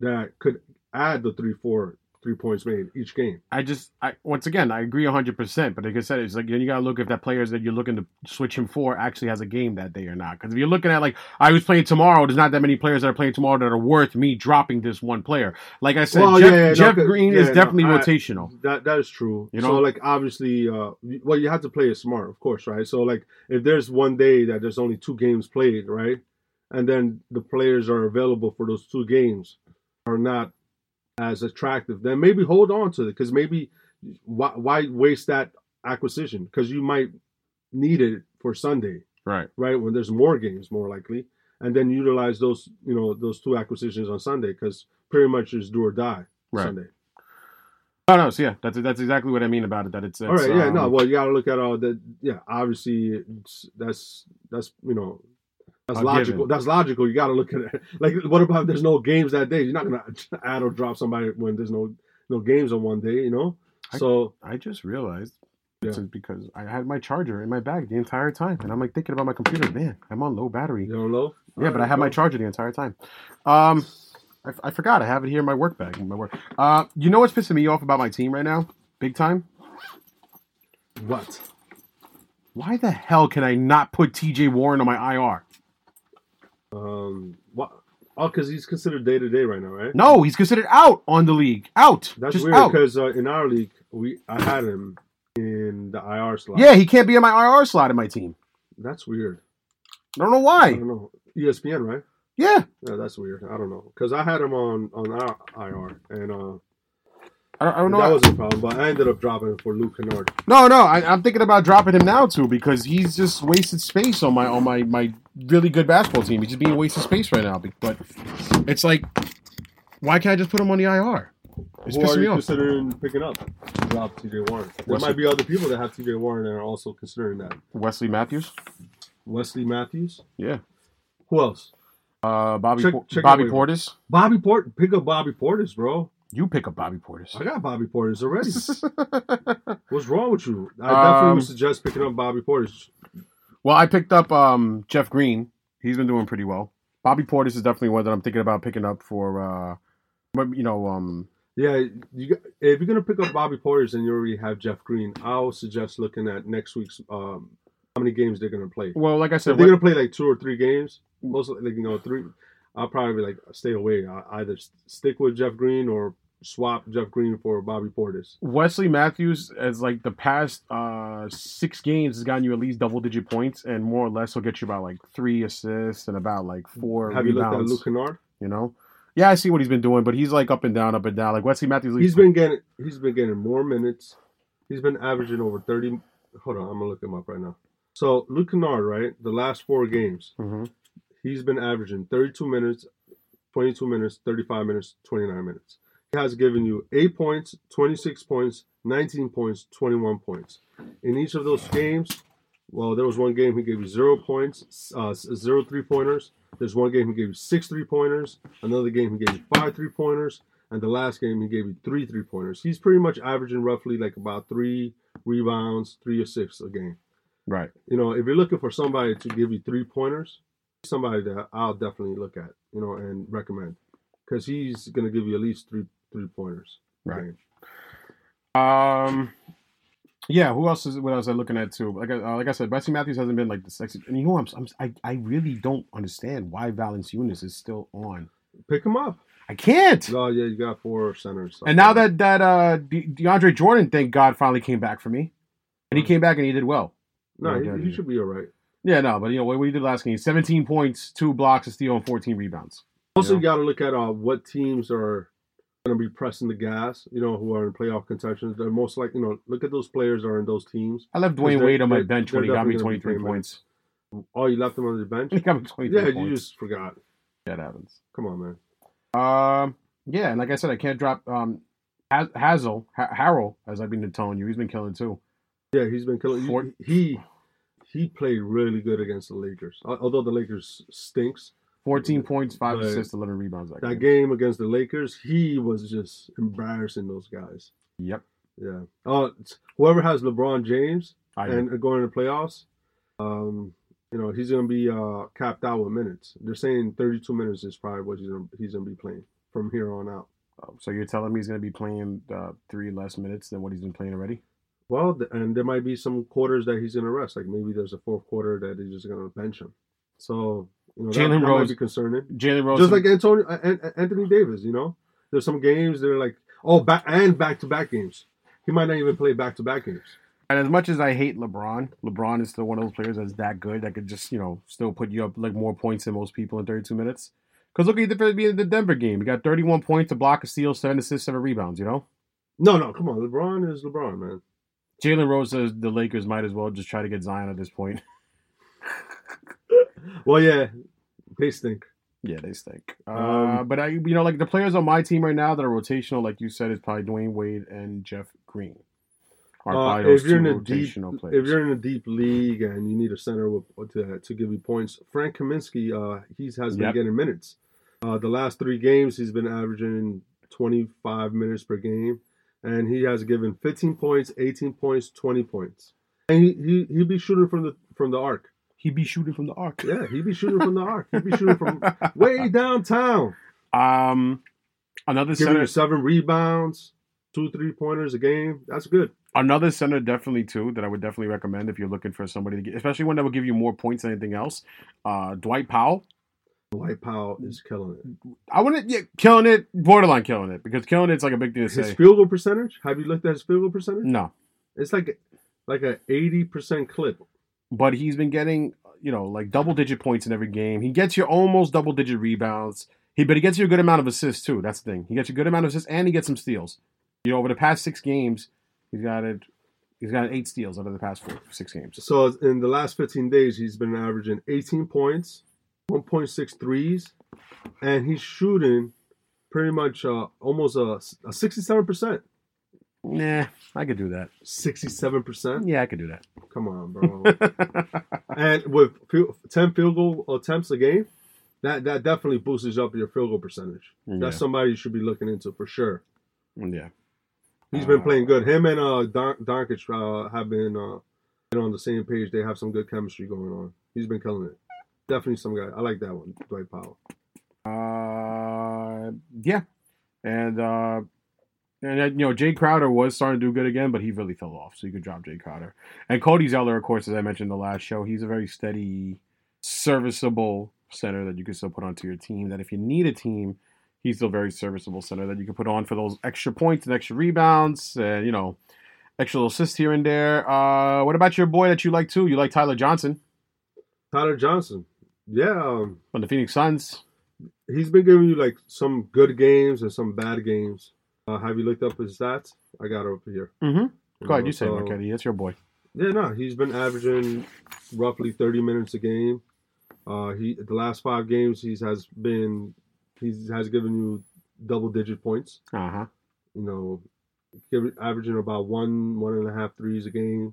that could add the three four three points made each game I just I once again I agree 100%, but like I said it's like you got to look if that players that you're looking to switch him for actually has a game that day or not. Cuz if you're looking at like I was playing tomorrow, there's not that many players that are playing tomorrow that are worth me dropping this one player. Like I said, Well, Jeff, yeah, yeah, no, Jeff 'cause- Green yeah, is no, definitely I- rotational. that that is true You so know? like obviously uh you- well you have to play it smart of course right so like if there's one day that there's only two games played right and then the players are available for those two games are not as attractive, then maybe hold on to it because maybe why, why waste that acquisition? Because you might need it for Sunday, Right. right? When there's more games, more likely, and then utilize those you know those two acquisitions on Sunday because pretty much it's do or die Right. Sunday. No, no. So yeah, that's that's exactly what I mean about it that it's, it's all right, yeah, um, no, well you got to look at all the yeah. Obviously, it's, that's that's you know. That's A logical. given. That's logical. You got to look at it. [LAUGHS] Like, what about if there's no games that day? You're not gonna [LAUGHS] add or drop somebody when there's no no games on one day. You know. I- so I just realized Yeah. this is because I had my charger in my bag the entire time and I'm like thinking about my computer, man, I'm on low battery. You don't know? Yeah, but I had my charger the entire time. Um, I, I forgot. I have it here in my work bag. in my work. Uh, you know what's pissing me off about my team right now, big time? What? Why the hell can I not put TJ Warren on my IR? Um, what? Oh, because he's considered day to day right now, right? No, he's considered out on the league. Out. That's Just weird out. because uh, in our league, we I had him in the IR slot. Yeah, he can't be in my IR slot in my team. that's weird. I don't know why. I don't know. E ESPN, right? Yeah. Yeah, that's weird. I don't know because I had him on on our IR and uh, I don't, Oh, I don't know. that was a problem. But I ended up dropping him for Luke Kennard. No, no, I, I'm thinking about dropping him now too because he's just wasted space on my on my my really good basketball team. He's just being wasted space right now. be- But it's like, why can't I just put him on the IR? It's Who are pissing me you off. considering picking up? to Drop TJ Warren. There What's might it- be other people that have TJ Warren and are also considering that. Wesley Matthews, Wesley Matthews. Yeah. Who else? uh, Bobby Check- Por- check out Bobby waiver. Portis. Bobby Port. Pick up Bobby Portis, bro. You pick up Bobby Portis. I got Bobby Portis [LAUGHS] already. What's wrong with you? I Um, definitely would suggest picking up Bobby Portis. [LAUGHS] Well, I picked up um, Jeff Green. He's been doing pretty well. Bobby Portis is definitely one that I'm thinking about picking up for, uh, but, you know, um, Yeah, you, got- if you're gonna pick up Bobby Portis and you already have Jeff Green, I'll suggest looking at next week's um, how many games they're gonna play. well, like I If said, they're what- gonna play like two or three games, most likely you know three. I'll probably like stay away. I either s- stick with Jeff Green or swap Jeff Green for Bobby Portis. Wesley Matthews, as like the past uh, six games, has gotten you at least double digit points, and more or less will get you about like three assists and about like four Have you looked at rebounds. You, Luke Kennard? know, yeah, I see what he's been doing, but he's like up and down, up and down. Like Wesley Matthews, He's been getting he's been getting more minutes. He's been averaging over thirty. Hold on, I'm gonna look him up right now. So Luke Kennard, right? The last four games, Mhm. he's been averaging 32 minutes, 22 minutes, 35 minutes, 29 minutes. He has given you 8 points, 26 points, 19 points, 21 points. In each of those games, well, there was one game he gave you 0 points, uh, s- 0 three pointers. There's one game he gave you 6 three pointers. Another game he gave you 5 three pointers. And the last game he gave you 3 three pointers. He's pretty much averaging roughly like about 3 rebounds, 3 assists a game right? you know, if you're looking for somebody to give you three pointers, somebody that I'll definitely look at, you know, and recommend because he's gonna give you at least three three pointers. Right. Um, yeah. Who else is? What else I looking at too? Like, I- uh, like I said, Wesley Matthews hasn't been like the sexy. And you know, I'm, I'm I, I really don't understand why Valanciunas is still on. Pick him up. I can't. Oh yeah, you got four centers. And now that that uh De- DeAndre Jordan, thank God, finally came back for me, and Hmm. he came back and he did well. no, Oh, Yeah, he, yeah, he yeah. should be all right. Yeah, no, but you know what we did last game: seventeen points, two blocks, a steal, and fourteen rebounds. Also, Yeah. you got to look at uh, what teams are gonna be pressing the gas. You know, who are in playoff contention. They're most like you know, look at those players that are in those teams. I left 'Cause Dwayne they're- Wade on my they're- bench they're when he got me twenty definitely gonna be three playing points. [LAUGHS] Oh, you left them on the bench. He got me twenty [LAUGHS] three yeah, you points. just forgot. Yeah, that happens. Come on, man. Um, yeah, and like I said, I can't drop um Ha- Hazel ha- Harrell as I've been telling you, he's been killing too. Yeah, he's been killing. Four- He he played really good against the Lakers. Al- Although the Lakers stinks, Fourteen points, five But- assists, eleven rebounds. That that game. game against the Lakers, he was just embarrassing those guys. Yep, Yeah. Oh, it's- whoever has LeBron James I and are going to playoffs, um, you know he's gonna be uh, capped out with minutes. They're saying 32 minutes is probably what he's gonna, he's gonna be playing from here on out. so you're telling me he's gonna be playing uh, three less minutes than what he's been playing already? Well, th- and there might be some quarters that he's gonna rest. Like maybe there's a fourth quarter that they're just gonna bench him. So you know, that, Jalen that Rose- might be concerning. Jalen Rose, just like Antonio uh, An- Anthony Davis. You know, there's some games that are like oh back and back to back games. He might not even play back to back games. And as much as I hate LeBron, LeBron is still one of those players that's that good that could just you know still put you up like more points than most people in 32 minutes. Because look at the difference in the Denver game. He got 31 points, a block, a steal, seven assists, seven rebounds. You know, No, no, come on, LeBron is LeBron, man. Jalen Rose says the Lakers might as well just try to get Zion at this point. [LAUGHS] Well, yeah, they stink. yeah, they stink. uh, Um, but I, you know, like the players on my team right now that are rotational, like you said, is probably Dwayne Wade and Jeff Green. Are Uh, probably if those you're in two a deep, rotational players. if you're in a deep league and you need a center with, to, to give you points, Frank Kaminsky, uh, he's has been Yep. getting minutes. Uh, the last three games, he's been averaging 25 minutes per game, and he has given 15 points, 18 points, 20 points, and he he he be shooting from the from the arc. He'd be shooting from the arc. Yeah, he be shooting from the arc. He be shooting from way downtown. Um, another Giving center. you seven rebounds, two three pointers a game. That's good. Another center definitely too that I would definitely recommend if you're looking for somebody to get, especially one that will give you more points than anything else. Uh, Dwight Powell. Dwight Powell is killing it. I wouldn't yeah, killing it, borderline killing it because killing it's like a big thing to His say. field goal percentage? Have you looked at his field goal percentage? No, It's like like a eighty percent clip. but he's been getting you know like double digit points in every game. He gets you almost double digit rebounds. He but he gets you a good amount of assists too. That's the thing. He gets you a good amount of assists and he gets some steals. You know over the past six games, he's got it. He's got eight steals out of the past four six games. So in the last fifteen days, he's been averaging eighteen points, 1.6 threes, and he's shooting pretty much uh, almost a sixty-seven percent. Nah, I could do that. Sixty-seven percent. Yeah, I could do that. Come on, bro. and with fi- ten field goal attempts a game, that that definitely boosts up your field goal percentage. That's somebody you should be looking into for sure. yeah. yeah. He's been Uh, playing good. Him and uh Don Doncic uh, have been uh been on the same page. They have some good chemistry going on. He's been killing it. Definitely some guy. I like that one, Dwight Powell. Uh, yeah, and uh, and uh, you know Jay Crowder was starting to do good again, but he really fell off. So you could drop Jay Crowder and Cody Zeller, of course, as I mentioned in the last show. He's a very steady, serviceable center that you can still put onto your team. That if you need a team, he's still a very serviceable center that you can put on for those extra points and extra rebounds and you know extra little assists here and there. Uh, what about your boy that you like too? You like Tyler Johnson Tyler Johnson. Yeah, um, from the Phoenix Suns. he's been giving you like some good games and some bad games. Uh, have you looked up his stats? I got it up here. Mhm. You Go ahead, know, you say, so- Marquetti. That's your boy. Yeah, no, he's been averaging roughly 30 minutes a game. Uh, he the last five games he's has been he's has given you double digit points. Uh huh. You know, give, averaging about one one and a half threes a game,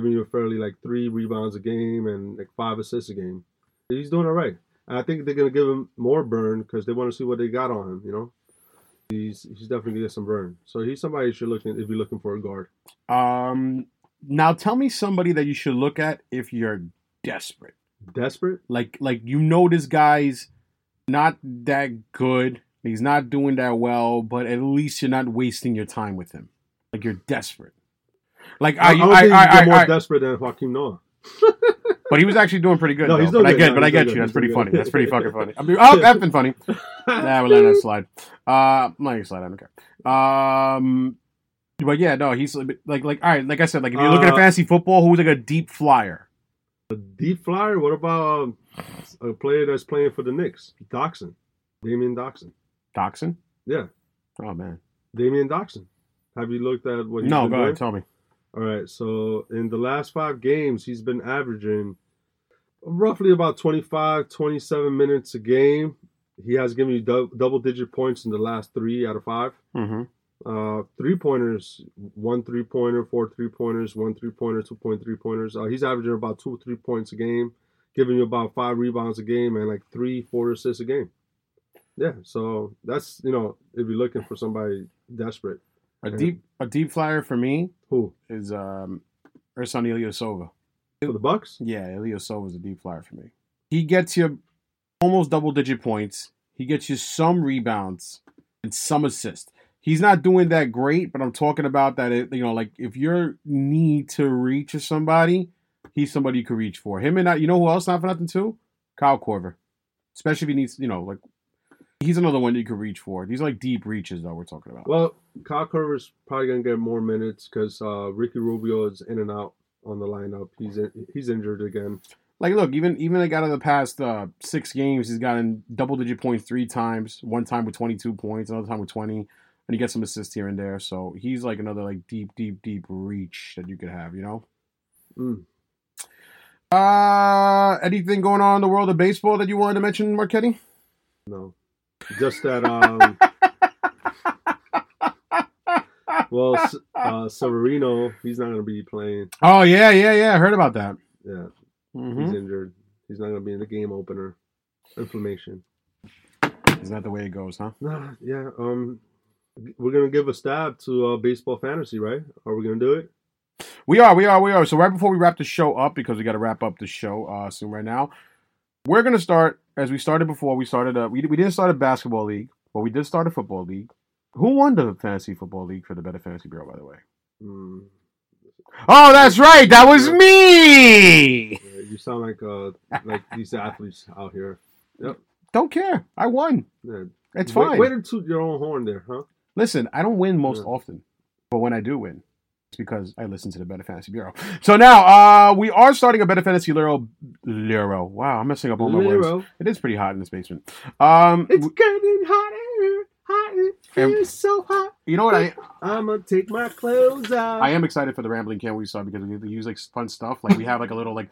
giving you a fairly like three rebounds a game and like five assists a game. He's doing all right. And I think they're gonna give him more burn because they want to see what they got on him. You know, he's he's definitely gonna get some burn. So he's somebody you should look in if you're looking for a guard. Um, now tell me somebody that you should look at if you're desperate. Desperate. Like, like you know this guy's not that good. He's not doing that well, but at least you're not wasting your time with him. Like you're desperate. Like I, I, you don't I, think I, you get I- more I- desperate than Joaquin Noah. but he was actually doing pretty good. No, though. he's but doing I good. get, No, but I he's get doing you. good. That's He's pretty doing funny. good. That's pretty fucking funny. I [LAUGHS] mean, oh, effing funny. Nah, we're letting that slide. Uh, I'm not gonna slide. I don't care. Um, but yeah, no, he's like, like, all right, like I said, like if you're looking at Uh, fantasy football, who's like a deep flyer? A deep flyer. What about um, a player that's playing for the Knicks? Doxson, Damian Doxson. Doxson? Yeah. Oh man. Damian Doxson. Have you looked at what? He's no, been go doing? ahead, tell me. All right. So in the last five games, he's been averaging roughly about 25, 27 minutes a game. He has given you dou- double-digit points in the last three out of five. Mm-hmm. uh three pointers one three pointer four three pointers one three pointer two point three pointers uh, he's averaging about two three points a game giving you about five rebounds a game and like three four assists a game yeah so that's you know if you're looking for somebody desperate A Yeah. deep a deep flyer for me who is um Ersan Ilyasova. for the bucks Yeah, Ilyasova's a deep flyer for me. He gets you almost double digit points. He gets you some rebounds and some assists. He's not doing that great, but I'm talking about that it, you know, like if your need to reach or somebody, he's somebody you could reach for. Him and I, you know who else not for nothing too? Kyle Corver. Especially if he needs, you know, like he's another one that you could reach for. These are like deep reaches though we're talking about. well kyle Korver's probably gonna get more minutes because uh ricky rubio is in and out on the lineup he's in, he's injured again Like, look, even even a guy in the past uh, six games, he's gotten double digit points three times. One time with twenty two points, another time with twenty, and he gets some assists here and there. So he's like another like deep, deep, deep reach that you could have. You know. Mm. Uh anything going on in the world of baseball that you wanted to mention, Marchetti? No. Just that, um. well, S- uh, Severino, he's not going to be playing. Oh yeah, yeah, yeah. I heard about that. Yeah, Mhm. he's injured. He's not going to be in the game opener. Inflammation. Isn't that the way it goes, huh? Nah, yeah, um. We're going to give a stab to uh, baseball fantasy, right? Are we going to do it? We are, we are, we are. So right before we wrap the show up, because we got to wrap up the show uh, soon right now, we're gonna start as we started before. We started a we, we didn't start a basketball league, but we did start a football league. Who won the fantasy football league for the Better Fantasy Bureau, by the way? Mm. Oh, that's right. That was me. Yeah, you sound like uh like [LAUGHS] these athletes out here. Don't care. I won. Yeah. It's Way- fine. Way to toot your own horn there, huh? Listen, I don't win most Yeah. often, but when I do win, it's because I listen to the Better Fantasy Bureau. So now, uh, we are starting a Better Fantasy Bureau. Bureau. Wow, I'm messing up all my words. Lero. It is pretty hot in this basement. Um, It's getting hotter, hotter, And- feels so hot. you know what? I I'ma take my clothes off. I am excited for the rambling can we saw because we we use like fun stuff. Like we have like a little like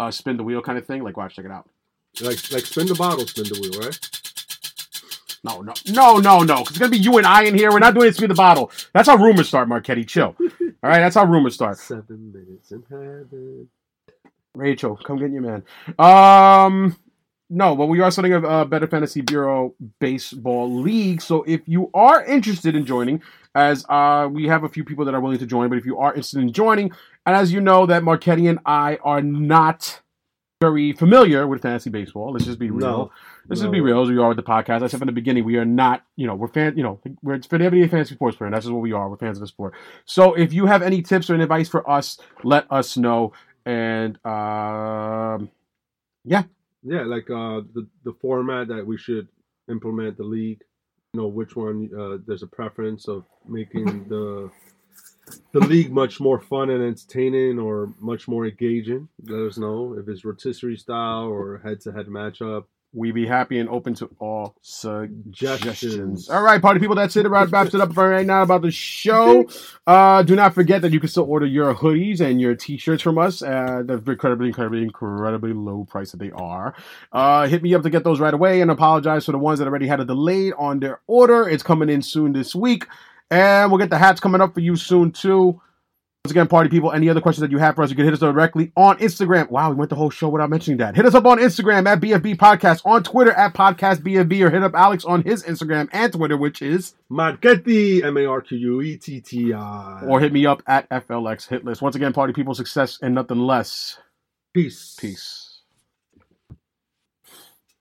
uh, spin the wheel kind of thing. Like watch, check it out. like like spin the bottle, spin the wheel, right? No, no, no, no, no. 'Cause It's gonna be you and I in here. We're not doing it through the bottle. That's how rumors start, Marchetti. Chill. All right, that's how rumors start. Seven minutes in heaven. Rachel, come get your man. Um, no, but we are starting a uh, Better Fantasy Bureau baseball league. So if you are interested in joining, as uh, we have a few people that are willing to join, but if you are interested in joining, and as you know that Marchetti and I are not very familiar with fantasy baseball. Let's just be real. No, Let's no. just be real as we are with the podcast. I said from the beginning, we are not, you know, we're fan, you know, we're it's fantasy fantasy sports fan. That's just what we are. We're fans of the sport. So if you have any tips or any advice for us, let us know. And um, Yeah, like uh, the the format that we should implement the league. You know which one. Uh, there's a preference of [LAUGHS] making the the league much more fun and entertaining, or much more engaging. Let us know if it's rotisserie style or head-to-head matchup. we be happy and open to all suggestions. Suggestions. All right, party people, that's it. That wraps it up for right now about the show. Uh, do not forget that you can still order your hoodies and your t-shirts from us at the incredibly, incredibly, incredibly low price that they are. Uh, hit me up to get those right away and apologize for the ones that already had a delay on their order. It's coming in soon this week. And we'll get the hats coming up for you soon too. Once again, party people, any other questions that you have for us, you can hit us directly on Instagram. Wow, we went the whole show without mentioning that. Hit us up on Instagram at BFB Podcast, on Twitter at Podcast BFB, or hit up Alex on his Instagram and Twitter, which is Marchetti, M A R Q U E T T I. or hit me up at FLX Hit List. Once again, party people, success and nothing less. peace. Peace.